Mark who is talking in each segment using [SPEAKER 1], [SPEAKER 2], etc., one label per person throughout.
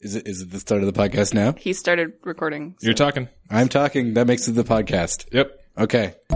[SPEAKER 1] Is it, is it the start of the podcast now?
[SPEAKER 2] He started recording.
[SPEAKER 3] You're talking.
[SPEAKER 1] I'm talking. That makes it the podcast.
[SPEAKER 3] Yep.
[SPEAKER 1] Okay.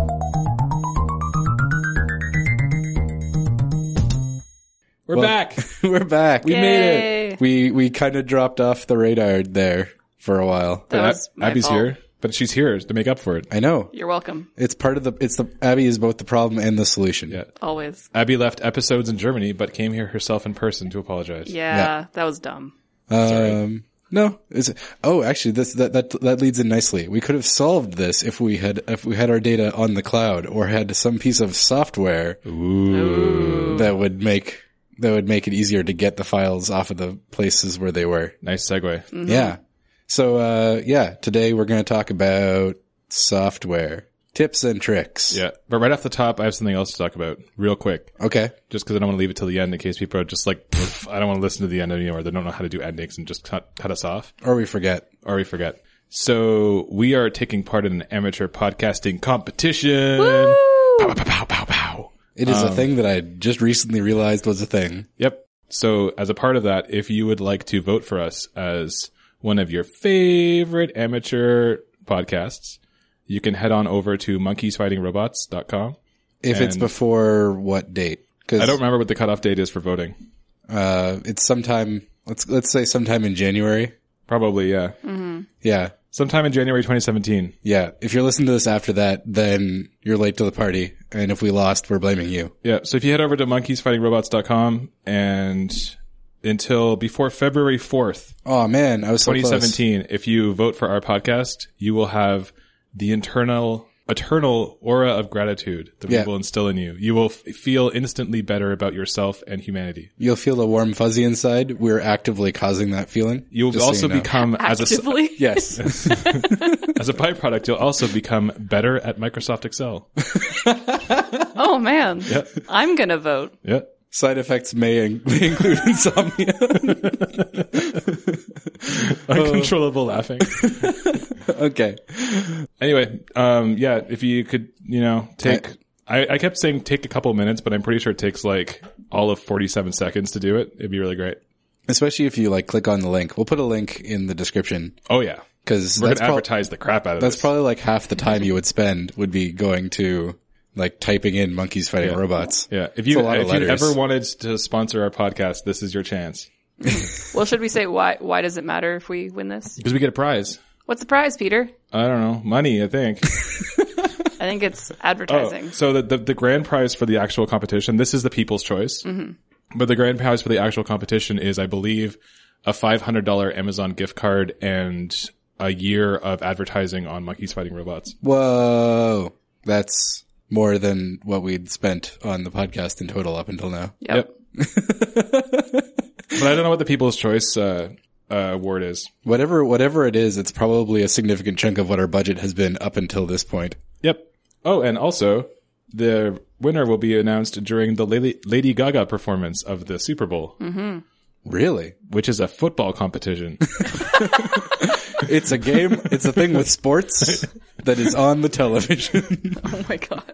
[SPEAKER 3] We're
[SPEAKER 1] Well-
[SPEAKER 3] back.
[SPEAKER 1] We're back. We made
[SPEAKER 2] Yay.
[SPEAKER 1] it. We, we kind of dropped off the radar there for a while.
[SPEAKER 3] Oh.
[SPEAKER 2] That was my
[SPEAKER 3] Abby's
[SPEAKER 2] fault.
[SPEAKER 3] here, but she's here to make up for it.
[SPEAKER 1] I know.
[SPEAKER 2] You're welcome.
[SPEAKER 1] It's part of the, it's the, Abby is both the problem and the solution.
[SPEAKER 3] Yeah.
[SPEAKER 2] Always.
[SPEAKER 3] Abby left episodes in Germany, but came here herself in person to apologize.
[SPEAKER 2] Yeah, that was dumb.
[SPEAKER 1] Um, no, is it, oh, actually, this, that, that, that leads in nicely. We could have solved this if we had, if we had our data on the cloud or had some piece of software
[SPEAKER 2] Oh.
[SPEAKER 1] that would make, that would make it easier to get the files off of the places where they were.
[SPEAKER 3] Nice segue.
[SPEAKER 2] Mm.
[SPEAKER 1] Yeah. So, uh, yeah, today we're going to talk about software tips and tricks.
[SPEAKER 3] Yeah. But right off the top, I have something else to talk about real quick,
[SPEAKER 1] Okay.
[SPEAKER 3] just because I don't want to leave it till the end in case people are just like, "Pff, I don't want to listen to the end anymore. They don't know how to do endings and just cut, cut us off.
[SPEAKER 1] Or we forget.
[SPEAKER 3] Or we forget. So we are taking part in an amateur podcasting competition. Pow, pow, pow, pow, pow.
[SPEAKER 1] It
[SPEAKER 3] Um,
[SPEAKER 1] is a thing that I just recently realized was a thing.
[SPEAKER 3] Yep. So as a part of that, if you would like to vote for us as one of your favorite amateur podcasts, you can head on over to monkeysfightingrobots.com.
[SPEAKER 1] If it's
[SPEAKER 3] And-
[SPEAKER 1] before what date? Cause,
[SPEAKER 3] I don't remember what the cutoff date is for voting.
[SPEAKER 1] uh, it's sometime, let's, let's say sometime in January.
[SPEAKER 3] Probably, yeah.
[SPEAKER 1] Yeah.
[SPEAKER 3] Sometime in January 2017.
[SPEAKER 1] Yeah. If you're listening to this after that, then you're late to the party. And if we lost, we're blaming you.
[SPEAKER 3] Yeah. So if you head over to monkeysfightingrobots.com and until before February 4th,
[SPEAKER 1] Oh man, I was so close.
[SPEAKER 3] 2017, if you vote for our podcast, you will have the internal, eternal aura of gratitude that
[SPEAKER 1] Yeah.
[SPEAKER 3] we will instill in you. You will f- feel instantly better about yourself and humanity.
[SPEAKER 1] You'll feel a warm fuzzy inside. We're actively causing that feeling.
[SPEAKER 3] You will
[SPEAKER 1] Just so
[SPEAKER 3] also
[SPEAKER 1] you know.
[SPEAKER 3] become, as a, s-
[SPEAKER 2] Actively.
[SPEAKER 1] Yes.
[SPEAKER 3] as a byproduct, you'll also become better at Microsoft Excel.
[SPEAKER 2] Oh man. I'm gonna vote.
[SPEAKER 3] Yeah.
[SPEAKER 1] Side effects may, in- may include insomnia,
[SPEAKER 3] Uncontrollable laughing.
[SPEAKER 1] okay.
[SPEAKER 3] Anyway, um, yeah, if you could, you know, take, I, I kept saying take a couple minutes, but I'm pretty sure it takes like all of 47 seconds to do it. It'd be really great.
[SPEAKER 1] Especially if you like click on the link. We'll put a link in the description
[SPEAKER 3] Oh yeah.
[SPEAKER 1] because
[SPEAKER 3] We're
[SPEAKER 1] that's,
[SPEAKER 3] going to
[SPEAKER 1] prob-
[SPEAKER 3] advertise the crap out of
[SPEAKER 1] that's
[SPEAKER 3] this.
[SPEAKER 1] probably like half the time you would spend would be going to like typing in monkeys fighting robots.
[SPEAKER 3] Yeah, if you
[SPEAKER 1] It's a lot of
[SPEAKER 3] if you
[SPEAKER 1] letters.
[SPEAKER 3] ever wanted to sponsor our podcast, this is your chance
[SPEAKER 2] Well, should we say why? Why does it matter if we win this?
[SPEAKER 3] because we get a prize.
[SPEAKER 2] What's the prize, Peter?
[SPEAKER 3] I don't know, money. I think.
[SPEAKER 2] I think it's
[SPEAKER 3] Oh,
[SPEAKER 2] advertising.
[SPEAKER 3] so the, the the grand prize for the actual competition. This is the people's choice, but the grand prize for the actual competition is, I believe, a five hundred dollar Amazon gift card and a year of advertising on monkeys fighting robots.
[SPEAKER 1] Whoa, that's more than what we'd spent on the podcast in total up until now.
[SPEAKER 2] Yep.
[SPEAKER 3] but I don't know what the people's choice uh, uh, award is.
[SPEAKER 1] Whatever, whatever it is, it's probably a significant chunk of what our budget has been up until this point.
[SPEAKER 3] Yep. Oh, and also the winner will be announced during the Lady, Lady Gaga performance of the Super Bowl,
[SPEAKER 1] Really?
[SPEAKER 3] which is a football competition.
[SPEAKER 1] It's a game. It's a thing with sports that is on the television.
[SPEAKER 2] Oh my god.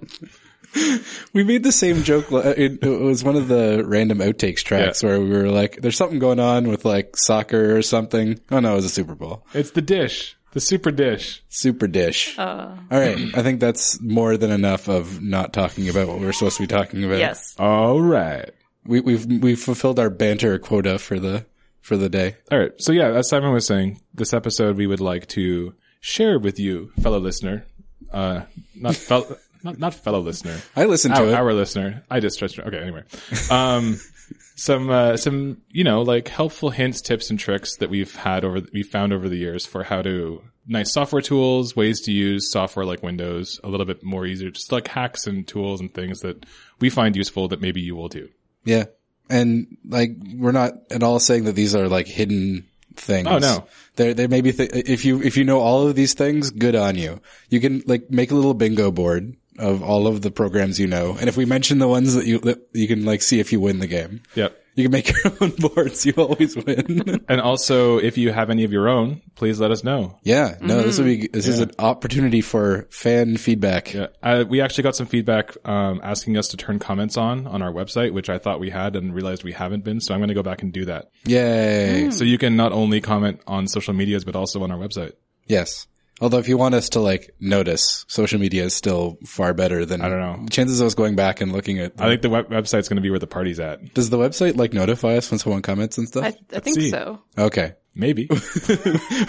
[SPEAKER 1] We made the same joke. li- It, it was one of the random outtakes tracks where we were like, "There's something going on with like soccer or something." Oh no, it was a Super Bowl,
[SPEAKER 3] it's the dish, the super dish.
[SPEAKER 1] Super Dish. All right, I think that's more than enough of not talking about what we're supposed to be talking about.
[SPEAKER 2] Yes.
[SPEAKER 3] All right.
[SPEAKER 1] we, we've we've fulfilled our banter quota for the for the day.
[SPEAKER 3] All right. So yeah, as Simon was saying, this episode we would like to share with you, fellow listener, uh, not fellow, not, not fellow listener,
[SPEAKER 1] I listened to
[SPEAKER 3] our,
[SPEAKER 1] it.
[SPEAKER 3] our listener. I just stretched. it. Okay. Anyway, um, some, uh, some, you know, like helpful hints, tips and tricks that we've had over, we found over the years for how to nice software tools, ways to use software like Windows a little bit more easier, just like hacks and tools and things that we find useful that maybe you will do.
[SPEAKER 1] yeah, and like we're not at all saying that these are like hidden things.
[SPEAKER 3] Oh, no.
[SPEAKER 1] There, there may be th- if you if you know all of these things, good on you. You can like make a little bingo board of all of the programs you know, and if we mention the ones that you that you can like see if you win the game.
[SPEAKER 3] Yep.
[SPEAKER 1] You can make your own boards. You always win.
[SPEAKER 3] And also, if you have any of your own, please let us know.
[SPEAKER 1] yeah. No, this would be, this is an opportunity for fan feedback.
[SPEAKER 3] Yeah, uh, we actually got some feedback um, asking us to turn comments on on our website, which I thought we had and realized we haven't been. So I'm going to go back and do that.
[SPEAKER 1] Yay.
[SPEAKER 3] So you can not only comment on social medias, but also on our website.
[SPEAKER 1] Yes. Although if you want us to like notice, social media is still far better than I
[SPEAKER 3] don't know.
[SPEAKER 1] Chances of us going back and looking at
[SPEAKER 3] I think the web- website's going to be where the party's at.
[SPEAKER 1] does the website like notify us when someone comments and stuff?
[SPEAKER 2] I, I think
[SPEAKER 3] see.
[SPEAKER 2] so.
[SPEAKER 1] okay.
[SPEAKER 3] Maybe.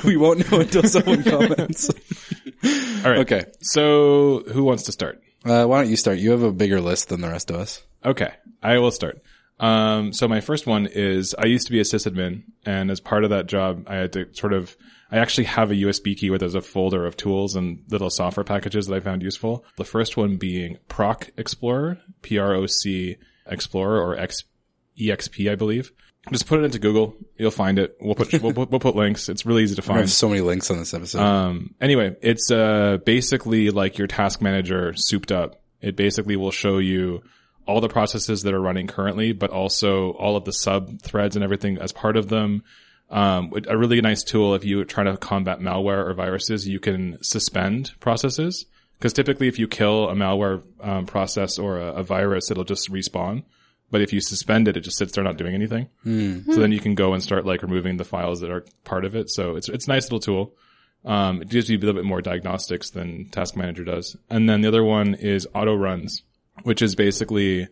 [SPEAKER 1] we won't know until someone comments.
[SPEAKER 3] All right.
[SPEAKER 1] Okay.
[SPEAKER 3] So who wants to start?
[SPEAKER 1] Uh, why don't you start? You have a bigger list than the rest of us.
[SPEAKER 3] Okay, I will start. Um, so my first one is I used to be a sysadmin, and as part of that job, I had to sort of I actually have a USB key where there's a folder of tools and little software packages that I found useful. The first one being Proc Explorer, P R O C Explorer, or X EXP, I believe. Just put it into Google, you'll find it. We'll put we'll, put- we'll put links. It's really easy to
[SPEAKER 1] I
[SPEAKER 3] find.
[SPEAKER 1] have so many links on this episode.
[SPEAKER 3] Um, anyway, it's uh, basically like your task manager souped up. It basically will show you all the processes that are running currently, but also all of the sub threads and everything as part of them. Um, a really nice tool if you're trying to combat malware or viruses, you can suspend processes. Because typically, if you kill a malware um, process or a, a virus, it'll just respawn. But if you suspend it, it just sits there not doing anything.
[SPEAKER 1] Hmm.
[SPEAKER 3] So then you can go and start like removing the files that are part of it. So it's it's a nice little tool. Um, it gives you a little bit more diagnostics than Task Manager does. And then the other one is auto runs, which is basically,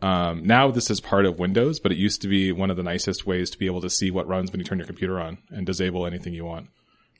[SPEAKER 3] um, now this is part of Windows, but it used to be one of the nicest ways to be able to see what runs when you turn your computer on and disable anything you want.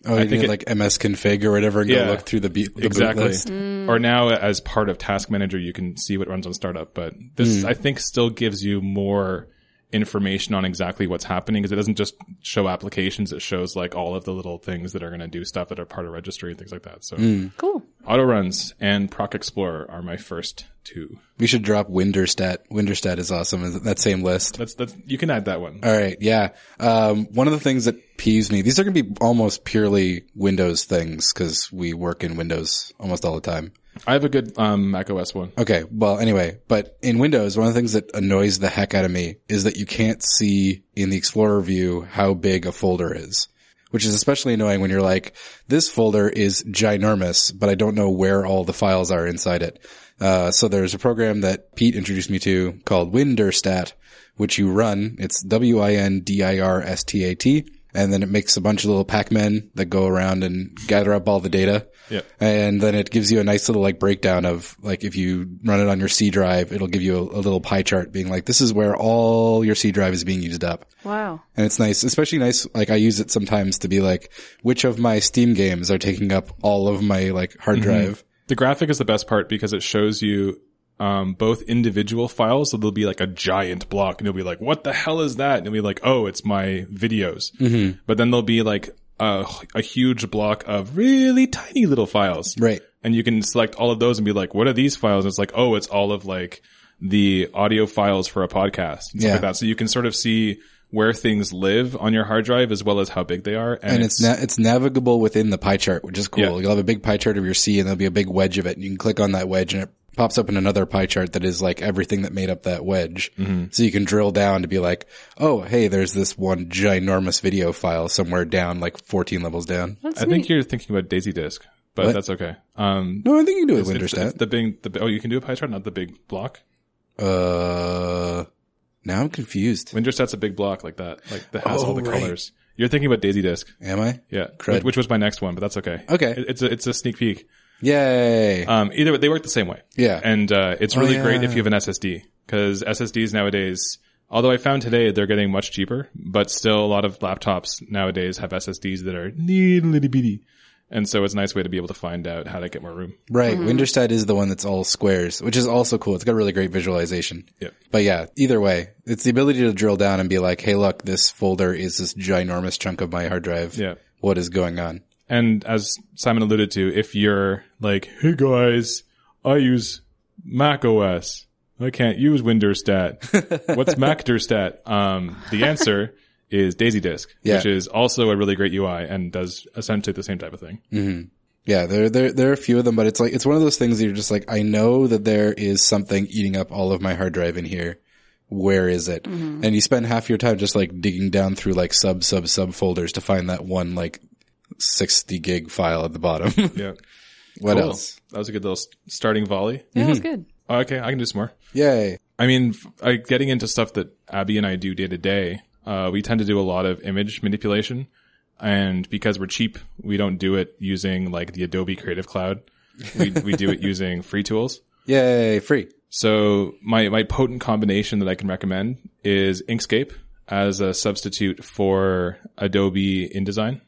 [SPEAKER 1] oh, you
[SPEAKER 3] think
[SPEAKER 1] need
[SPEAKER 3] it-
[SPEAKER 1] like MS config or whatever and
[SPEAKER 3] Yeah.
[SPEAKER 1] go look through the, be- the boot
[SPEAKER 3] Exactly.
[SPEAKER 1] list.
[SPEAKER 3] Or now as part of Task Manager, you can see what runs on startup, but this I think still gives you more information on exactly what's happening because it doesn't just show applications. It shows like all of the little things that are going to do stuff that are part of registry and things like that. So
[SPEAKER 2] Cool.
[SPEAKER 3] auto runs and Proc Explorer are my first two.
[SPEAKER 1] We should drop Winderstat. Winderstat is awesome. Is it that same list?
[SPEAKER 3] That's that's you can add that one.
[SPEAKER 1] All right, yeah. Um, one of the things that peeves me, these are going to be almost purely Windows things because we work in Windows almost all the time.
[SPEAKER 3] I have a good um, Mac OS one.
[SPEAKER 1] Okay, well, anyway, but in Windows, one of the things that annoys the heck out of me is that you can't see in the Explorer view how big a folder is, which is especially annoying when you're like, this folder is ginormous, but I don't know where all the files are inside it. Uh, so there's a program that Pete introduced me to called Winderstat, which you run. It's W-I-N-D-I-R-S-T-A-T. And then it makes a bunch of little Pac-Men that go around and gather up all the data.
[SPEAKER 3] Yeah.
[SPEAKER 1] And then it gives you a nice little like breakdown of like if you run it on your C drive, it'll give you a, a little pie chart being like, this is where all your C drive is being used up.
[SPEAKER 2] Wow.
[SPEAKER 1] And it's nice, especially nice. Like I use it sometimes to be like, which of my Steam games are taking up all of my like hard drive?
[SPEAKER 3] The graphic is the best part because it shows you um, both individual files. So there'll be like a giant block and you'll be like, what the hell is that? And you'll be like, oh, it's my videos. Mm-hmm. But then there'll be like a, a huge block of really tiny little files.
[SPEAKER 1] Right.
[SPEAKER 3] And you can select all of those and be like, what are these files? And it's like, oh, it's all of like the audio files for a podcast and stuff
[SPEAKER 1] Yeah.
[SPEAKER 3] like that. So you can sort of see where things live on your hard drive as well as how big they are.
[SPEAKER 1] And it's na- it's navigable within the pie chart, which is cool.
[SPEAKER 3] Yeah.
[SPEAKER 1] You'll have a big pie chart of your C, and there'll be a big wedge of it, and you can click on that wedge, and it pops up in another pie chart that is like everything that made up that wedge. So you can drill down to be like, oh, hey, there's this one ginormous video file somewhere down, like 14 levels down.
[SPEAKER 2] That's
[SPEAKER 3] I
[SPEAKER 2] neat.
[SPEAKER 3] think you're thinking about Daisy Disk, but
[SPEAKER 1] What?
[SPEAKER 3] that's okay. Um,
[SPEAKER 1] No, I think you can do it with
[SPEAKER 3] It's- it's
[SPEAKER 1] Winderstat.
[SPEAKER 3] the big, the, oh, you can do a pie chart, not the big block.
[SPEAKER 1] Uh, now I'm confused.
[SPEAKER 3] Winderstat's a big block like that, like that has
[SPEAKER 1] Oh,
[SPEAKER 3] all the
[SPEAKER 1] right.
[SPEAKER 3] colors. You're thinking about Daisy Disk,
[SPEAKER 1] Am I?
[SPEAKER 3] yeah,
[SPEAKER 1] Crud.
[SPEAKER 3] which, which was my next one, but that's okay.
[SPEAKER 1] Okay.
[SPEAKER 3] It- it's a, it's a sneak peek.
[SPEAKER 1] Yay.
[SPEAKER 3] Um, either way, they work the same way.
[SPEAKER 1] Yeah.
[SPEAKER 3] and uh, it's really
[SPEAKER 1] Oh, yeah.
[SPEAKER 3] great if you have an SSD because SSDs nowadays. Although I found today they're getting much cheaper, but still a lot of laptops nowadays have SSDs that are little itty bitty, and so it's a nice way to be able to find out how to get more room.
[SPEAKER 1] Right. Winterstead is the one that's all squares, which is also cool. It's got really great visualization.
[SPEAKER 3] Yep.
[SPEAKER 1] But yeah, either way, it's the ability to drill down and be like, hey, look, this folder is this ginormous chunk of my hard drive.
[SPEAKER 3] Yeah.
[SPEAKER 1] What is going on?
[SPEAKER 3] And as Simon alluded to, if you're like, hey guys, I use Mac OS. I can't use Winderstat. What's Macderstat? Um, the answer is Daisy Disk,
[SPEAKER 1] Yeah.
[SPEAKER 3] which is also a really great UI and does essentially the same type of thing.
[SPEAKER 1] Mm-hmm. Yeah, there, there, there are a few of them, but it's like, it's one of those things that you're just like, I know that there is something eating up all of my hard drive in here. where is it? And you spend half your time just like digging down through like sub sub sub folders to find that one like 60 gig file at the bottom.
[SPEAKER 3] Yeah.
[SPEAKER 1] what
[SPEAKER 3] Cool.
[SPEAKER 1] else?
[SPEAKER 3] That was a good little s- starting volley.
[SPEAKER 2] Yeah, that's good.
[SPEAKER 3] Oh, okay, I can do some more.
[SPEAKER 1] Yay.
[SPEAKER 3] I mean, f- I, getting into stuff that Abby and I do day to day, uh, we tend to do a lot of image manipulation. And because we're cheap, we don't do it using like the Adobe Creative Cloud. We, we do it using free tools.
[SPEAKER 1] Yay, free.
[SPEAKER 3] So my, my potent combination that I can recommend is Inkscape as a substitute for Adobe InDesign.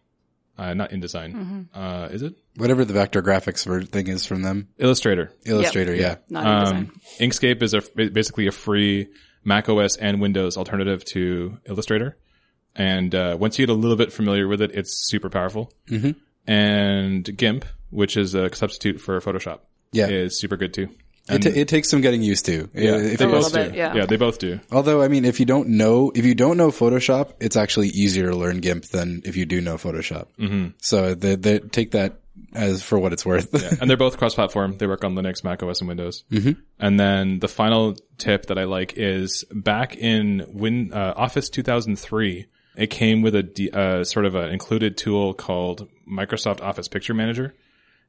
[SPEAKER 3] Uh, not InDesign. Uh, is it?
[SPEAKER 1] Whatever the vector graphics ver- thing is from them.
[SPEAKER 3] Illustrator.
[SPEAKER 1] Illustrator, yeah.
[SPEAKER 2] Not in design.
[SPEAKER 3] Um, Inkscape is a basically a free Mac OS and Windows alternative to Illustrator, and uh, once you get a little bit familiar with it, it's super powerful. Mm-hmm. And GIMP, which is a substitute for Photoshop,
[SPEAKER 1] Yeah.
[SPEAKER 3] is super good too.
[SPEAKER 1] It, ta it takes some getting used to. Yeah. If it
[SPEAKER 2] A
[SPEAKER 3] they
[SPEAKER 2] little
[SPEAKER 1] goes
[SPEAKER 3] both do.
[SPEAKER 2] bit, yeah.
[SPEAKER 3] they both do.
[SPEAKER 1] Although, I mean, if you don't know, if you don't know Photoshop, it's actually easier to learn GIMP than if you do know Photoshop. Mm-hmm. So they, they take that as for what it's worth.
[SPEAKER 3] and they're both cross-platform. They work on Linux, Mac OS, and Windows. Mm-hmm. And then the final tip that I like is back in Win uh, Office 2003, it came with a d- uh, sort of an included tool called Microsoft Office Picture Manager,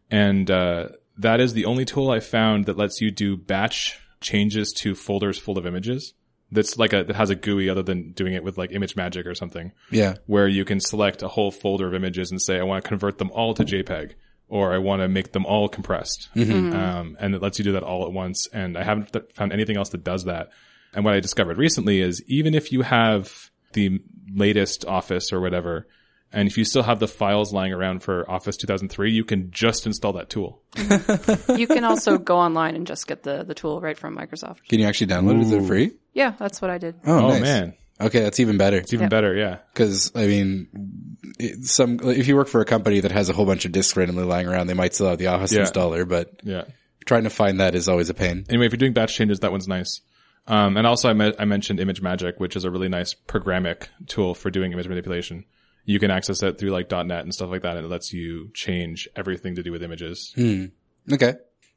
[SPEAKER 3] and uh, that is the only tool I found that lets you do batch changes to folders full of images. That's like a that has a GUI other than doing it with like Image Magic or something
[SPEAKER 1] yeah.
[SPEAKER 3] where you can select a whole folder of images and say, I want to convert them all to JPEG or I want to make them all compressed. Um, and it lets you do that all at once. And I haven't th- found anything else that does that. And what I discovered recently is even if you have the latest Office or whatever, and if you still have the files lying around for Office 2003, you can just install that tool.
[SPEAKER 2] you can also go online and just get the, the tool right from Microsoft.
[SPEAKER 1] Can you actually download it? Is it free?
[SPEAKER 2] Yeah, that's what I did.
[SPEAKER 1] Oh,
[SPEAKER 3] Oh,
[SPEAKER 1] nice.
[SPEAKER 3] man.
[SPEAKER 1] Okay, that's even better.
[SPEAKER 3] It's even better. Yeah.
[SPEAKER 1] Because I mean, it, some if you work for a company that has a whole bunch of disks randomly lying around, they might still have the Office
[SPEAKER 3] Yeah.
[SPEAKER 1] installer, but
[SPEAKER 3] Yeah.
[SPEAKER 1] trying to find that is always a pain.
[SPEAKER 3] anyway, if you're doing batch changes, that one's nice. Um, and also I, me- I mentioned Image Magic, which is a really nice programmatic tool for doing image manipulation. You can access it through like .NET and stuff like that, and it lets you change everything to do with images.
[SPEAKER 1] Hmm. Okay,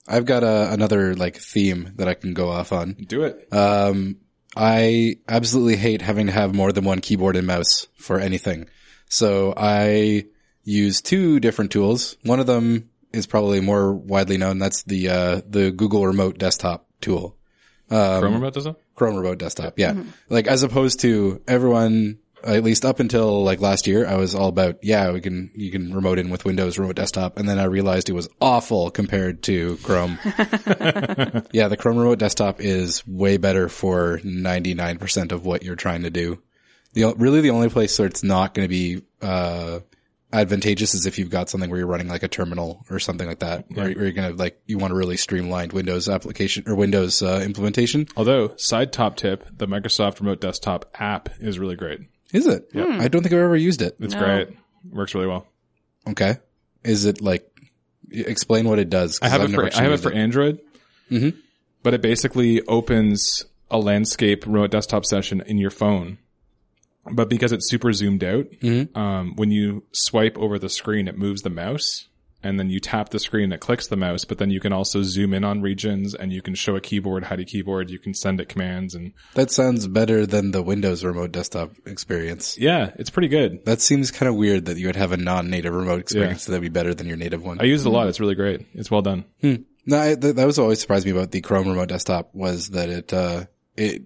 [SPEAKER 1] I've got a, another like theme that I can go off on.
[SPEAKER 3] Do it.
[SPEAKER 1] Um, I absolutely hate having to have more than one keyboard and mouse for anything. So I use two different tools. One of them is probably more widely known. That's the uh, the Google Remote Desktop tool.
[SPEAKER 3] Chrome remote does it?
[SPEAKER 1] Chrome remote desktop. Yeah. Like as opposed to everyone, at least up until like last year, I was all about, yeah, we can, you can remote in with Windows remote desktop. And then I realized it was awful compared to Chrome. yeah. The Chrome remote desktop is way better for 99% of what you're trying to do. The, o- really the only place where it's not going to be, uh, advantageous is if you've got something where you're running like a terminal or something like that, or, or you're going to like, you want a really streamlined Windows application or Windows, uh, implementation.
[SPEAKER 3] Although side top tip, the Microsoft Remote Desktop app is really great.
[SPEAKER 1] Is it? I don't think I've ever used it.
[SPEAKER 3] It's
[SPEAKER 2] No.
[SPEAKER 3] great. Works really well.
[SPEAKER 1] Okay. Is it like y- explain what it does? 'cause
[SPEAKER 3] I have
[SPEAKER 1] I've
[SPEAKER 3] it for
[SPEAKER 1] never
[SPEAKER 3] I have it
[SPEAKER 1] used
[SPEAKER 3] for Android,
[SPEAKER 1] Mhm.
[SPEAKER 3] but it basically opens a landscape remote desktop session in your phone. But because it's super zoomed out,
[SPEAKER 1] Mhm.
[SPEAKER 3] um, when you swipe over the screen, it moves the mouse, and then you tap the screen, it clicks the mouse. But then you can also zoom in on regions, and you can show a keyboard, hide a keyboard, you can send it commands, and
[SPEAKER 1] That sounds better than the Windows remote desktop experience.
[SPEAKER 3] yeah, it's pretty good.
[SPEAKER 1] That seems kind of weird that you would have a non-native remote experience that'd be better than your native one.
[SPEAKER 3] I use it a lot. It's really great. It's well done.
[SPEAKER 1] no, I, th- that was always surprised me about the Chrome remote desktop was that it uh, it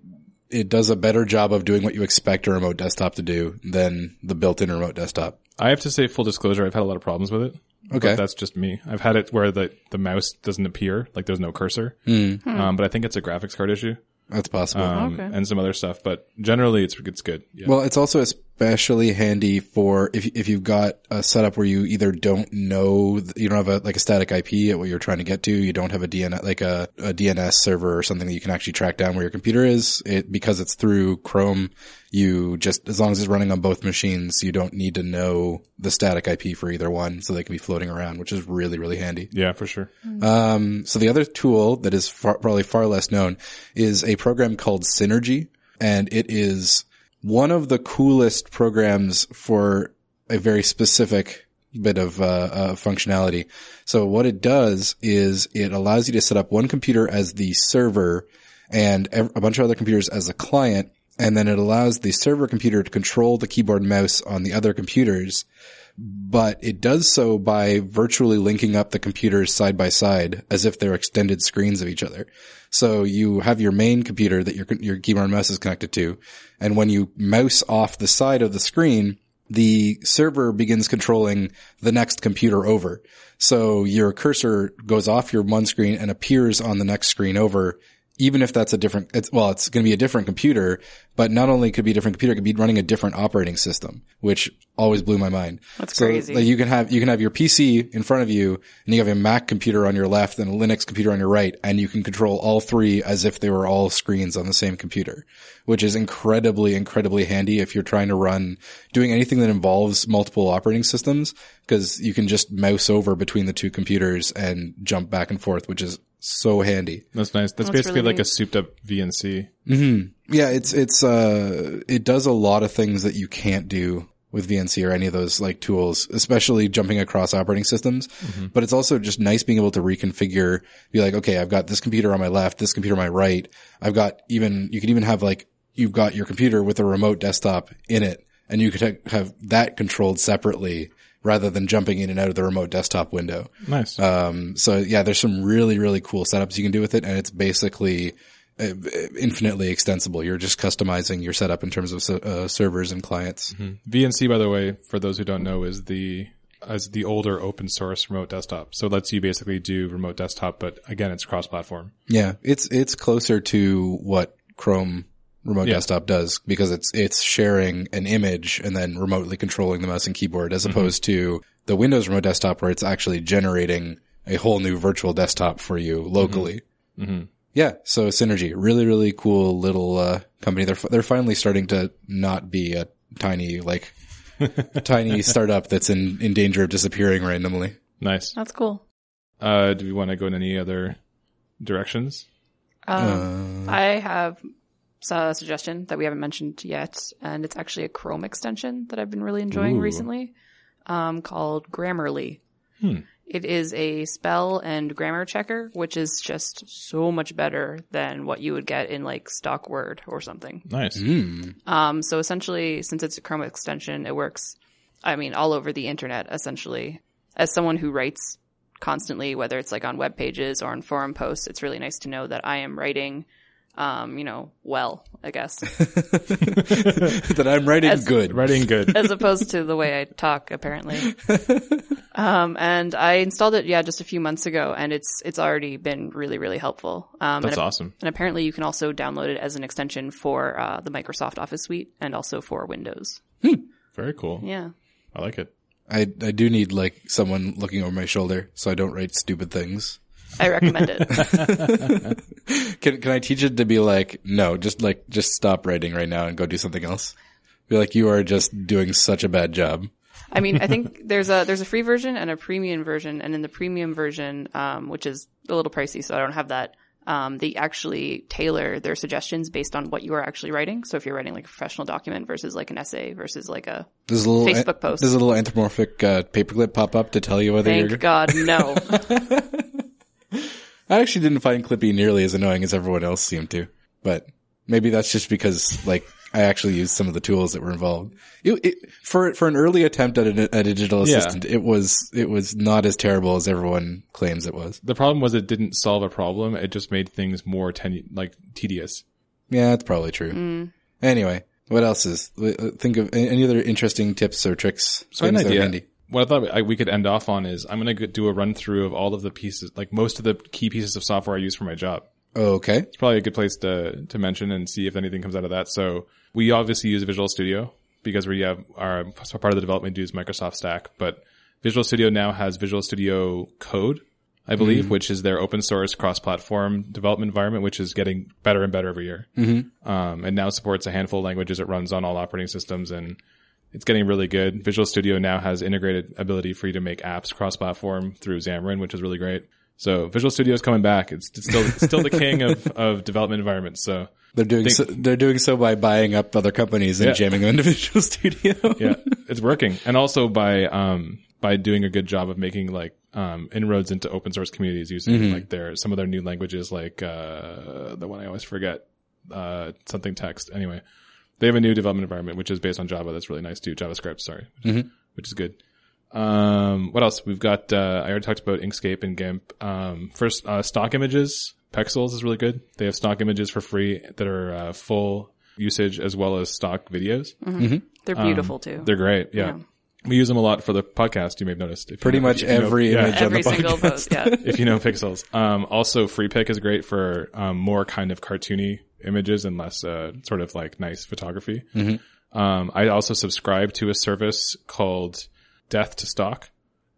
[SPEAKER 1] it does a better job of doing what you expect a remote desktop to do than the built-in remote desktop.
[SPEAKER 3] I have to say, full disclosure, I've had a lot of problems with it.
[SPEAKER 1] Okay.
[SPEAKER 3] But that's just me. I've had it where the, the mouse doesn't appear, like there's no cursor. Um, but I think it's a graphics card issue
[SPEAKER 1] That's possible.
[SPEAKER 3] um,
[SPEAKER 2] Mm. Okay.
[SPEAKER 3] and some other stuff. But generally, it's it's good. Yeah.
[SPEAKER 1] Well, it's also especially handy for if if you've got a setup where you either don't know you don't have a like a static IP at what you're trying to get to, you don't have a DNS like a, a DNS server or something that you can actually track down where your computer is. It because it's through Chrome, you just as long as it's running on both machines, you don't need to know the static IP for either one, so they can be floating around, which is really really handy.
[SPEAKER 3] yeah, for sure.
[SPEAKER 1] Um, so the other tool that is far, probably far less known is a program called Synergy, and it is one of the coolest programs for a very specific bit of uh, uh, functionality. So what it does is it allows you to set up one computer as the server and ev- a bunch of other computers as a client. And then it allows the server computer to control the keyboard and mouse on the other computers, but it does so by virtually linking up the computers side by side as if they're extended screens of each other. So you have your main computer that your, your keyboard and mouse is connected to. And when you mouse off the side of the screen, the server begins controlling the next computer over. So your cursor goes off your one screen and appears on the next screen over, even if that's a different, it's, well, it's going to be a different computer, but not only could be a different computer, it could be running a different operating system, which always blew my mind.
[SPEAKER 2] That's
[SPEAKER 1] So,
[SPEAKER 2] crazy.
[SPEAKER 1] like, you can have, you can have your PC in front of you and you have a Mac computer on your left and a Linux computer on your right, and you can control all three as if they were all screens on the same computer which is incredibly, incredibly handy if you're trying to run doing anything that involves multiple operating systems, because you can just mouse over between the two computers and jump back and forth, which is so handy.
[SPEAKER 3] That's nice. That's,
[SPEAKER 2] That's
[SPEAKER 3] basically
[SPEAKER 2] really
[SPEAKER 3] like a
[SPEAKER 2] neat.
[SPEAKER 3] souped up VNC.
[SPEAKER 1] hmm Yeah, it's, it's, uh, it does a lot of things that you can't do with VNC or any of those like tools, especially jumping across operating systems. But it's also just nice being able to reconfigure, be like, okay, I've got this computer on my left, this computer on my right. I've got even, you can even have like, you've got your computer with a remote desktop in it and you could ha- have that controlled separately rather than jumping in and out of the remote desktop window.
[SPEAKER 3] Nice.
[SPEAKER 1] Um, so yeah, there's some really, really cool setups you can do with it. And it's basically uh, infinitely extensible. You're just customizing your setup in terms of se- uh, servers and clients.
[SPEAKER 3] VNC, by the way, for those who don't know, is the as the older open source remote desktop. So it lets you basically do remote desktop, but again, it's cross platform.
[SPEAKER 1] Yeah. It's, it's closer to what Chrome remote
[SPEAKER 3] Yeah.
[SPEAKER 1] desktop does because it's, it's sharing an image and then remotely controlling the mouse and keyboard as opposed to the Windows remote desktop where it's actually generating a whole new virtual desktop for you locally.
[SPEAKER 3] hmm
[SPEAKER 1] Yeah, so Synergy, really, really cool little uh, company. They're they're finally starting to not be a tiny like tiny startup that's in in danger of disappearing randomly.
[SPEAKER 3] Nice.
[SPEAKER 2] That's cool.
[SPEAKER 3] Uh, do we want to go in any other directions?
[SPEAKER 2] Um,
[SPEAKER 1] Uh,
[SPEAKER 2] I have s- a suggestion that we haven't mentioned yet, and it's actually a Chrome extension that I've been really enjoying
[SPEAKER 3] Ooh.
[SPEAKER 2] recently um, called Grammarly.
[SPEAKER 3] Hmm.
[SPEAKER 2] It is a spell and grammar checker, which is just so much better than what you would get in like stock Word or something.
[SPEAKER 3] Nice.
[SPEAKER 1] mm,
[SPEAKER 2] Um, so essentially, since it's a Chrome extension, it works, I mean, all over the internet, essentially. As someone who writes constantly, whether it's like on web pages or on forum posts, it's really nice to know that I am writing, um, you know, well, I guess,
[SPEAKER 1] that I'm writing
[SPEAKER 2] As-
[SPEAKER 1] good.
[SPEAKER 3] Writing good.
[SPEAKER 2] as opposed to the way I talk, apparently. Um, and I installed it, yeah, just a few months ago, and it's, it's already been really, really helpful. Um,
[SPEAKER 3] That's
[SPEAKER 2] and,
[SPEAKER 3] awesome.
[SPEAKER 2] and apparently you can also download it as an extension for, uh, the Microsoft Office suite and also for Windows.
[SPEAKER 3] Very cool.
[SPEAKER 2] Yeah.
[SPEAKER 3] I like it.
[SPEAKER 1] I I do need like someone looking over my shoulder so I don't write stupid things.
[SPEAKER 2] I recommend it.
[SPEAKER 1] Can can I teach it to be like no, just like just stop writing right now and go do something else? Be like you are just doing such a bad job.
[SPEAKER 2] I mean, I think there's a there's a free version and a premium version, and in the premium version, um, which is a little pricey, so I don't have that. Um, they actually tailor their suggestions based on what you are actually writing. So if you're writing like a professional document versus like an essay versus like a
[SPEAKER 1] There's a little
[SPEAKER 2] Facebook post.
[SPEAKER 1] There's a little anthropomorphic uh, paperclip pop up to tell you whether
[SPEAKER 2] thank
[SPEAKER 1] you're.
[SPEAKER 2] God no.
[SPEAKER 1] I actually didn't find Clippy nearly as annoying as everyone else seemed to, but maybe that's just because like I actually used some of the tools that were involved. It, it, for for an early attempt at a, at a digital
[SPEAKER 3] Yeah.
[SPEAKER 1] assistant, it was it was not as terrible as everyone claims it was.
[SPEAKER 3] The problem was it didn't solve a problem. It just made things more ten- like tedious.
[SPEAKER 1] Yeah, that's probably true.
[SPEAKER 2] Mm.
[SPEAKER 1] Anyway, what else is uh, think of any any other interesting tips or tricks?
[SPEAKER 3] So I
[SPEAKER 1] things
[SPEAKER 3] had an
[SPEAKER 1] that are
[SPEAKER 3] idea.
[SPEAKER 1] handy?
[SPEAKER 3] What I thought I, we could end off on is I'm going to do a run through of all of the pieces, like most of the key pieces of software I use for my job.
[SPEAKER 1] Okay.
[SPEAKER 3] It's probably a good place to to mention and see if anything comes out of that. So we obviously use Visual Studio because we have our so part of the development do is Microsoft Stack, but Visual Studio now has Visual Studio Code, I believe, which is their open source cross platform development environment, which is getting better and better every year. Um, and now supports a handful of languages. It runs on all operating systems and it's getting really good. Visual Studio now has integrated ability for you to make apps cross platform through Xamarin, which is really great. So Visual Studio is coming back. It's, it's still it's still the king of, of development environments. So
[SPEAKER 1] They're doing so, they're doing so by buying up other companies and
[SPEAKER 3] Yeah.
[SPEAKER 1] jamming them into Visual Studio.
[SPEAKER 3] yeah, it's working. And also by um by doing a good job of making like um, inroads into open source communities using
[SPEAKER 1] Mhm.
[SPEAKER 3] like their some of their new languages, like uh, the one I always forget, uh, something text. Anyway, they have a new development environment which is based on Java. That's really nice too. JavaScript, sorry,
[SPEAKER 1] Mhm.
[SPEAKER 3] which is good. Um, what else? We've got. Uh, I already talked about Inkscape and GIMP. Um, first, uh, stock images. Pexels is really good. They have stock images for free that are uh, full usage as well as stock videos.
[SPEAKER 2] They're beautiful too.
[SPEAKER 3] Um, They're great. Yeah. We use them a lot for the podcast. You may have noticed. If you
[SPEAKER 1] Pretty
[SPEAKER 3] know-
[SPEAKER 1] much
[SPEAKER 3] if you know-
[SPEAKER 1] every
[SPEAKER 3] yeah,
[SPEAKER 1] image on
[SPEAKER 2] Every
[SPEAKER 1] the
[SPEAKER 2] single
[SPEAKER 1] podcast.
[SPEAKER 2] post. Yeah.
[SPEAKER 3] if you know pixels. Um, also FreePic is great for, um, more kind of cartoony images and less, uh, sort of like nice photography.
[SPEAKER 1] Mm-hmm.
[SPEAKER 3] Um, I also subscribe to a service called Death to Stock,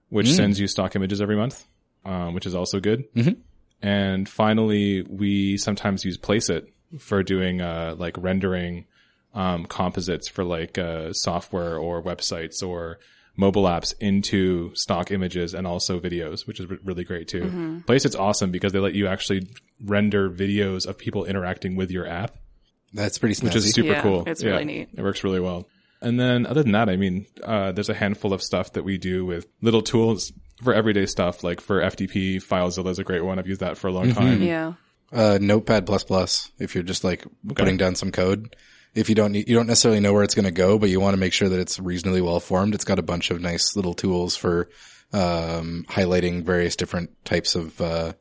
[SPEAKER 3] which
[SPEAKER 1] Mm.
[SPEAKER 3] sends you stock images every month, um, which is also good.
[SPEAKER 1] Mm-hmm.
[SPEAKER 3] And finally, we sometimes use Placeit for doing, uh, like rendering, um, composites for like, uh, software or websites or mobile apps into stock images and also videos, which is re- really great too.
[SPEAKER 2] Mm-hmm.
[SPEAKER 3] Placeit's awesome because they let you actually render videos of people interacting with your app
[SPEAKER 1] That's pretty snazzy.
[SPEAKER 3] which is super
[SPEAKER 2] Yeah,
[SPEAKER 3] cool.
[SPEAKER 2] it's really neat.
[SPEAKER 3] It works really well. And then other than that, I mean, uh, there's a handful of stuff that we do with little tools for everyday stuff, like for FTP, FileZilla is a great one. I've used that for a long
[SPEAKER 1] Mm-hmm.
[SPEAKER 3] time.
[SPEAKER 2] yeah.
[SPEAKER 1] uh, Notepad plus plus. If you're just like putting down some code, if you don't need, you don't necessarily know where it's going to go, but you want to make sure that it's reasonably well formed. It's got a bunch of nice little tools for um, highlighting various different types of uh,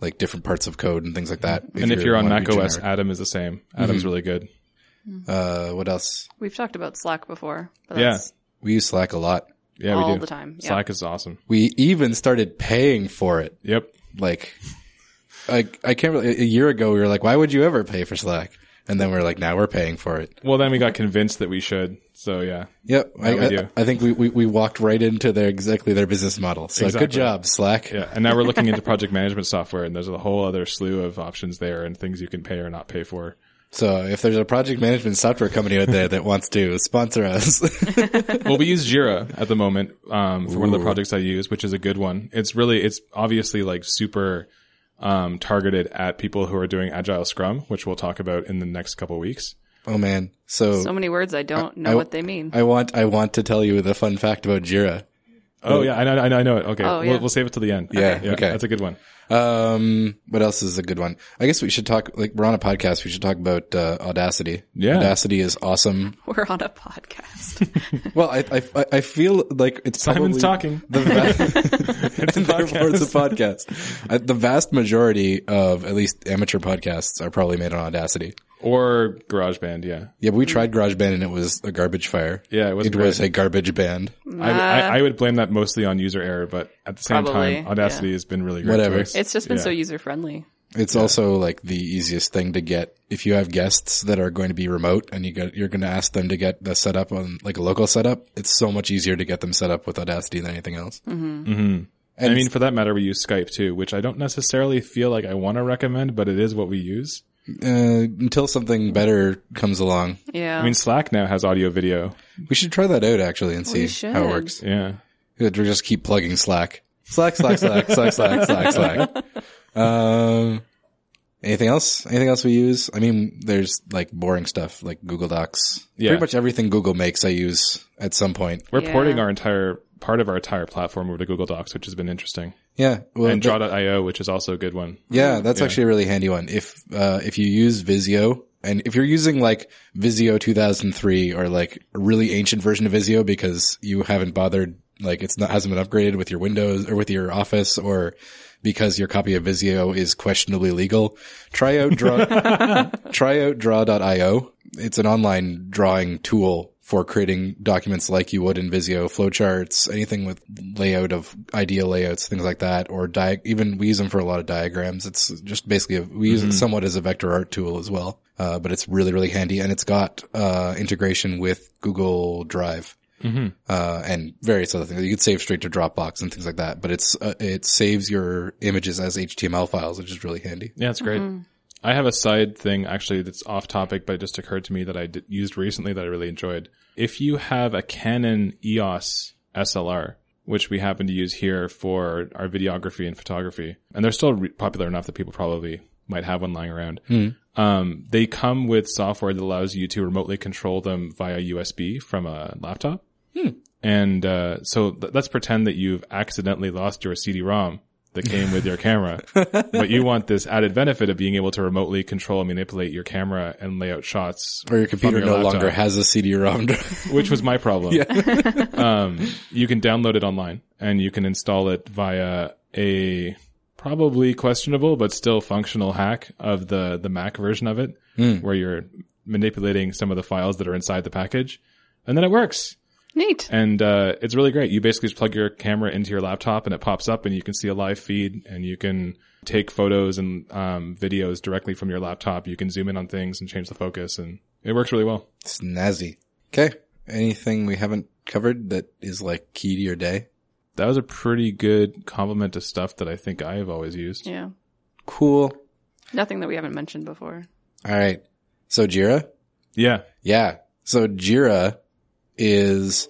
[SPEAKER 1] like different parts of code and things like that.
[SPEAKER 3] and if you're on
[SPEAKER 1] wanna be
[SPEAKER 3] Mac OS,
[SPEAKER 1] generic. Mm-hmm.
[SPEAKER 3] Atom is the same. Atom's really good.
[SPEAKER 1] uh, what else?
[SPEAKER 2] We've talked about Slack before. But
[SPEAKER 3] Yeah,
[SPEAKER 2] that's
[SPEAKER 1] We use Slack a lot.
[SPEAKER 3] Yeah,
[SPEAKER 2] all
[SPEAKER 3] we do.
[SPEAKER 2] the time. Yeah.
[SPEAKER 3] Slack is awesome.
[SPEAKER 1] We even started paying for it.
[SPEAKER 3] Yep.
[SPEAKER 1] Like, I I can't really. A year ago, we were like, why would you ever pay for Slack? And then we we're like, now we're paying for it.
[SPEAKER 3] Well, then we got convinced that we should. So yeah,
[SPEAKER 1] Yep.
[SPEAKER 3] we
[SPEAKER 1] I,
[SPEAKER 3] do.
[SPEAKER 1] I, I think we, we, we walked right into their exactly their business model. So
[SPEAKER 3] Exactly.
[SPEAKER 1] good job, Slack.
[SPEAKER 3] yeah. And now we're looking into project management software, and there's a whole other slew of options there and things you can pay or not pay for.
[SPEAKER 1] So if there's a project management software company out there that wants to sponsor us,
[SPEAKER 3] well, we use Jira at the moment um, for one of the
[SPEAKER 1] Ooh.
[SPEAKER 3] projects I use, which is a good one. It's really, it's obviously like super um, targeted at people who are doing Agile Scrum, which we'll talk about in the next couple weeks.
[SPEAKER 1] oh man. So,
[SPEAKER 2] So many words I don't know
[SPEAKER 1] I-
[SPEAKER 2] what they mean.
[SPEAKER 1] I want I want to tell you the fun fact about Jira.
[SPEAKER 3] Oh yeah, I know, I know, I know it. Okay,
[SPEAKER 2] Oh, yeah.
[SPEAKER 3] we'll, we'll save it till the end.
[SPEAKER 1] Yeah, okay.
[SPEAKER 3] that's a good one.
[SPEAKER 1] Um, what else is a good one? I guess we should talk. Like we're on a podcast, we should talk about uh, Audacity.
[SPEAKER 3] Yeah.
[SPEAKER 1] Audacity is awesome.
[SPEAKER 2] We're on a podcast.
[SPEAKER 1] Well, I I- I, I feel like it's
[SPEAKER 3] Simon's
[SPEAKER 1] probably-
[SPEAKER 3] talking.
[SPEAKER 1] The va-
[SPEAKER 3] It's a
[SPEAKER 1] and therefore it's a
[SPEAKER 3] podcast.
[SPEAKER 1] podcast. Uh, the vast majority of at least amateur podcasts are probably made on Audacity.
[SPEAKER 3] or GarageBand. Yeah,
[SPEAKER 1] Yeah, but we tried GarageBand and it was a garbage fire.
[SPEAKER 3] yeah, it was.
[SPEAKER 1] it
[SPEAKER 3] great.
[SPEAKER 1] was a garbage band.
[SPEAKER 3] I, I, I would blame that mostly on user error, but at the same
[SPEAKER 2] Uh, Probably,
[SPEAKER 3] time, Audacity has been really great.
[SPEAKER 1] Whatever.
[SPEAKER 3] to us.
[SPEAKER 2] it's just been
[SPEAKER 3] Yeah.
[SPEAKER 2] so user friendly.
[SPEAKER 1] It's also like the easiest thing to get if you have guests that are going to be remote and you got, you're going to ask them to get the setup on like a local setup. It's so much easier to get them set up with Audacity than anything else.
[SPEAKER 3] And Mm. Mm-hmm. I mean, for that matter, we use Skype too, which I don't necessarily feel like I want to recommend, but it is what we use.
[SPEAKER 1] Uh, until something better comes along,
[SPEAKER 2] Yeah.
[SPEAKER 3] I mean, Slack now has audio video.
[SPEAKER 1] we should try that out actually and see
[SPEAKER 2] We
[SPEAKER 1] how it
[SPEAKER 2] should.
[SPEAKER 1] works.
[SPEAKER 3] Yeah.
[SPEAKER 1] We just keep plugging Slack, Slack, Slack, Slack, Slack, Slack, Slack, Slack. Um, anything else? Anything else we use? I mean, there's like boring stuff like Google Docs.
[SPEAKER 3] Yeah.
[SPEAKER 1] Pretty much everything Google makes, I use at some point.
[SPEAKER 3] We're
[SPEAKER 2] Yeah.
[SPEAKER 3] porting our entire part of our entire platform over to Google Docs, which has been interesting.
[SPEAKER 1] Yeah. Well,
[SPEAKER 3] and
[SPEAKER 1] th-
[SPEAKER 3] draw.io, which is also a good one.
[SPEAKER 1] yeah, that's actually a really handy one. If, uh, if you use Visio and if you're using like Visio 2003 or like a really ancient version of Visio because you haven't bothered, like it's not, hasn't been upgraded with your Windows or with your office or because your copy of Visio is questionably legal, try out draw, try out draw.io. It's an online drawing tool for creating documents like you would in Visio, flowcharts, anything with layout of idea layouts, things like that, or di- even we use them for a lot of diagrams. It's just basically, a, we use it somewhat as a vector art tool as well. Uh, but it's really, really handy and it's got, uh, integration with Google Drive. Uh, and various other things. You could save straight to Dropbox and things like that, but it's, uh, it saves your images as HTML files, which is really handy.
[SPEAKER 3] Yeah, it's
[SPEAKER 2] Mm-hmm.
[SPEAKER 3] great. I have a side thing actually that's off topic, but it just occurred to me that I did, used recently that I really enjoyed. If you have a Canon E EOS SLR, which we happen to use here for our videography and photography, and they're still re- popular enough that people probably might have one lying around. Um, they come with software that allows you to remotely control them via USB from a laptop. And uh, so th- let's pretend that you've accidentally lost your CD-ROM that came with your camera, but you want this added benefit of being able to remotely control and manipulate your camera and lay out shots
[SPEAKER 1] Or your computer
[SPEAKER 3] your
[SPEAKER 1] no
[SPEAKER 3] laptop.
[SPEAKER 1] longer has a CD-ROM drive.
[SPEAKER 3] which was my problem.
[SPEAKER 1] Yeah.
[SPEAKER 3] um, you can download it online and you can install it via a probably questionable but still functional hack of the the Mac version of it,
[SPEAKER 1] Hmm.
[SPEAKER 3] where you're manipulating some of the files that are inside the package, and then it works.
[SPEAKER 2] Neat.
[SPEAKER 3] And uh, it's really great. You basically just plug your camera into your laptop and it pops up, and you can see a live feed, and you can take photos and um, videos directly from your laptop. You can zoom in on things and change the focus, and it works really well.
[SPEAKER 1] Snazzy. Okay. Anything we haven't covered that is like key to your day?
[SPEAKER 3] that was a pretty good complement of stuff that I think I have always used.
[SPEAKER 2] Yeah.
[SPEAKER 1] Cool.
[SPEAKER 2] Nothing that we haven't mentioned before.
[SPEAKER 1] All right. So Jira?
[SPEAKER 3] Yeah.
[SPEAKER 1] Yeah. So Jira is,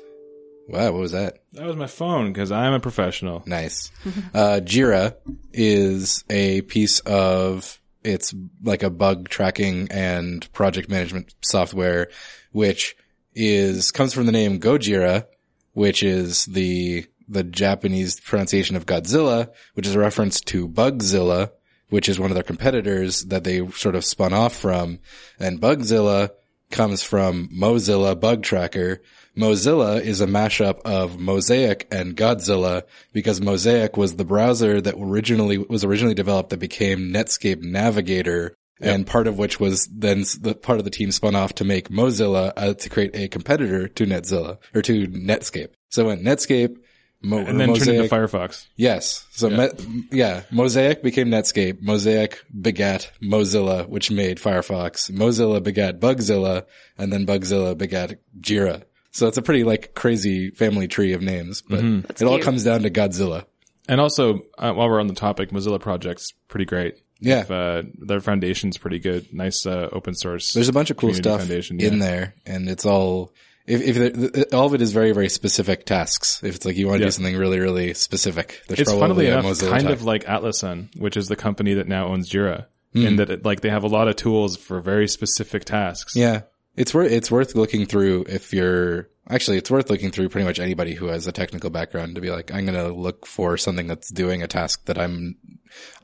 [SPEAKER 1] wow, what was that?
[SPEAKER 3] That was my phone because I'm a professional.
[SPEAKER 1] Nice. uh, Jira is a piece of, it's like a bug tracking and project management software, which is, comes from the name Gojira, which is the, the Japanese pronunciation of Godzilla, which is a reference to Bugzilla, which is one of their competitors that they sort of spun off from. And Bugzilla comes from Mozilla Bug Tracker. Mozilla is a mashup of Mosaic and Godzilla because Mosaic was the browser that originally was originally developed that became Netscape Navigator. And part of which was then s- the part of the team spun off to make Mozilla uh, to create a competitor to Netzilla or to Netscape. So when Netscape, Mo-
[SPEAKER 3] And then turned
[SPEAKER 1] Mosaic,
[SPEAKER 3] into Firefox.
[SPEAKER 1] Yes. So yeah. yeah, Mosaic became Netscape. Mosaic begat Mozilla, which made Firefox. Mozilla begat Bugzilla, and then Bugzilla begat Jira. So it's a pretty like crazy family tree of names, but
[SPEAKER 3] Mm-hmm.
[SPEAKER 1] it all
[SPEAKER 2] cute.
[SPEAKER 1] comes down to Godzilla.
[SPEAKER 3] And also, uh, while we're on the topic, Mozilla Project's pretty great.
[SPEAKER 1] Yeah.
[SPEAKER 3] Uh, their foundation's pretty good. Nice uh, open source.
[SPEAKER 1] There's a bunch of cool
[SPEAKER 3] Community
[SPEAKER 1] stuff
[SPEAKER 3] Foundation,
[SPEAKER 1] in
[SPEAKER 3] yeah.
[SPEAKER 1] there, and it's all if, if there- th- all of it is very very specific tasks. If it's like you want to
[SPEAKER 3] Yeah.
[SPEAKER 1] do something really really specific, there's
[SPEAKER 3] it's
[SPEAKER 1] probably
[SPEAKER 3] funnily
[SPEAKER 1] a
[SPEAKER 3] enough
[SPEAKER 1] Mozilla
[SPEAKER 3] kind
[SPEAKER 1] type.
[SPEAKER 3] of like Atlassian, which is the company that now owns Jira,
[SPEAKER 1] Hmm.
[SPEAKER 3] in that it, like they have a lot of tools for very specific tasks.
[SPEAKER 1] Yeah. It's worth it's worth looking through if you're actually it's worth looking through pretty much anybody who has a technical background to be like I'm going to look for something that's doing a task that I'm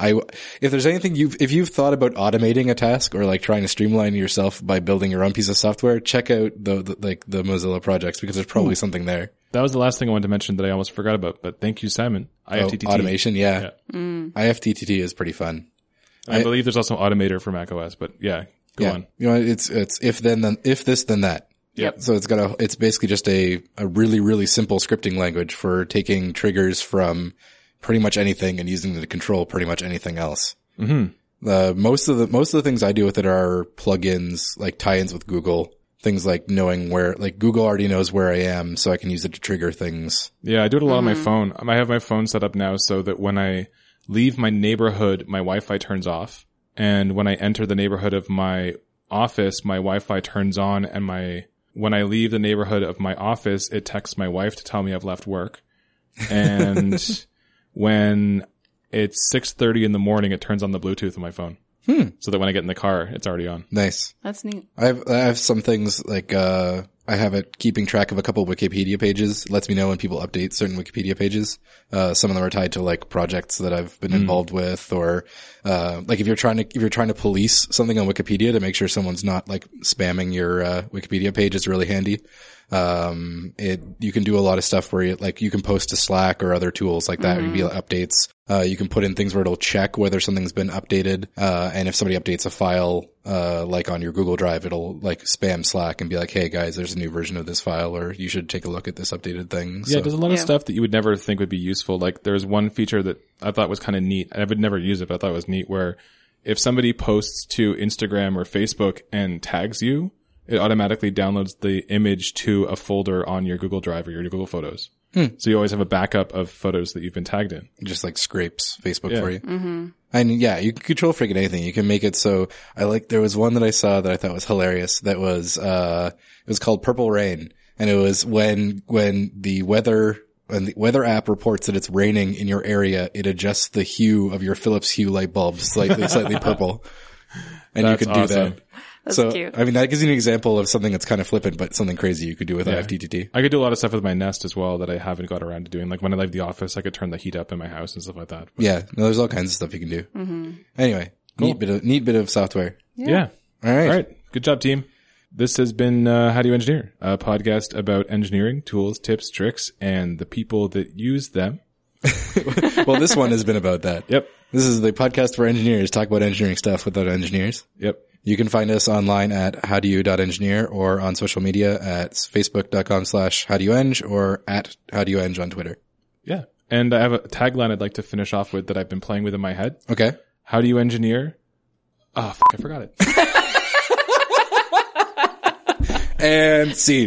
[SPEAKER 1] I if there's anything you've if you've thought about automating a task or like trying to streamline yourself by building your own piece of software, check out the, the like the Mozilla projects because there's probably something there.
[SPEAKER 3] That was the last thing I wanted to mention that I almost forgot about. But thank you, Simon.
[SPEAKER 1] Oh,
[SPEAKER 3] IFTTT.
[SPEAKER 1] automation, yeah.
[SPEAKER 2] Mm.
[SPEAKER 1] IFTTT is pretty fun.
[SPEAKER 3] I,
[SPEAKER 1] I-
[SPEAKER 3] believe there's also Automator for Mac OS, but yeah, go
[SPEAKER 1] yeah.
[SPEAKER 3] on.
[SPEAKER 1] You know, it's it's if then then if this then that.
[SPEAKER 2] Yep.
[SPEAKER 1] So it's got a it's basically just a a really really simple scripting language for taking triggers from pretty much anything and using them to control pretty much anything else.
[SPEAKER 3] hmm
[SPEAKER 1] The most of the most of the things I do with it are plugins like tie-ins with Google, things like knowing where like Google already knows where I am, so I can use it to trigger things.
[SPEAKER 3] Yeah, I do it a lot on my phone. Um, I have my phone set up now so that when I leave my neighborhood, my Wi-Fi turns off, and when I enter the neighborhood of my office, my Wi-Fi turns on, and my when I leave the neighborhood of my office, it texts my wife to tell me I've left work, and when it's six thirty in the morning, it turns on the Bluetooth on my phone,
[SPEAKER 1] Hmm.
[SPEAKER 3] so that when I get in the car, it's already on.
[SPEAKER 1] Nice.
[SPEAKER 2] That's neat.
[SPEAKER 1] I have I have some things like uh I have it keeping track of a couple Wikipedia pages. It lets me know when people update certain Wikipedia pages. Uh, some of them are tied to like projects that I've been involved with, or uh, like if you're trying to if you're trying to police something on Wikipedia to make sure someone's not like spamming your uh, Wikipedia page, it's really handy. Um, it you can do a lot of stuff where you like you can post to Slack or other tools like that via updates. Uh, you can put in things where it'll check whether something's been updated, uh, and if somebody updates a file, uh, like on your Google Drive, it'll like spam Slack and be like, "Hey guys, there's a new version of this file, or you should take a look at this updated thing."
[SPEAKER 3] Yeah,
[SPEAKER 1] So-
[SPEAKER 3] there's a lot of
[SPEAKER 2] Yeah.
[SPEAKER 3] stuff that you would never think would be useful. Like there's one feature that I thought was kind of neat. I would never use it, but I thought it was neat where if somebody posts to Instagram or Facebook and tags you, it automatically downloads the image to a folder on your Google Drive or your Google Photos. So you always have a backup of photos that you've been tagged in.
[SPEAKER 1] It just like scrapes Facebook
[SPEAKER 3] Yeah.
[SPEAKER 1] for you. Mm-hmm. And yeah, you can control freaking anything. You can make it so I like, there was one that I saw that I thought was hilarious that was, uh, it was called Purple Rain. And it was when, when the weather, when the weather app reports that it's raining in your area, it adjusts the hue of your Philips Hue light bulb slightly, slightly purple. And
[SPEAKER 3] That's
[SPEAKER 1] you could do
[SPEAKER 3] awesome.
[SPEAKER 1] that.
[SPEAKER 2] That's
[SPEAKER 1] so,
[SPEAKER 2] cute.
[SPEAKER 1] I mean, that gives you an example of something that's kind of flippant, but something crazy you could do with
[SPEAKER 3] Yeah.
[SPEAKER 1] IFTTT.
[SPEAKER 3] I could do a lot of stuff with my Nest as well that I haven't got around to doing. Like when I leave the office, I could turn the heat up in my house and stuff like that.
[SPEAKER 1] Yeah. No, there's all kinds of stuff you can do.
[SPEAKER 2] Mm-hmm.
[SPEAKER 1] Anyway, neat bit of, neat bit of software.
[SPEAKER 2] Yeah.
[SPEAKER 3] yeah.
[SPEAKER 1] All right.
[SPEAKER 3] All right. Good job, team. This has been uh, How Do You Engineer, a podcast about engineering tools, tips, tricks, and the people that use them.
[SPEAKER 1] well, this one has been about that.
[SPEAKER 3] Yep.
[SPEAKER 1] This is the podcast for engineers. Talk about engineering stuff without engineers.
[SPEAKER 3] Yep.
[SPEAKER 1] You can find us online at howdoyou.engineer or on social media at facebook.com slash howdoyoueng or at howdoyoueng on Twitter.
[SPEAKER 3] Yeah. And I have a tagline I'd like to finish off with that I've been playing with in my head.
[SPEAKER 1] Okay.
[SPEAKER 3] How do you engineer? Ah, Oh, f- I forgot it.
[SPEAKER 1] And scene.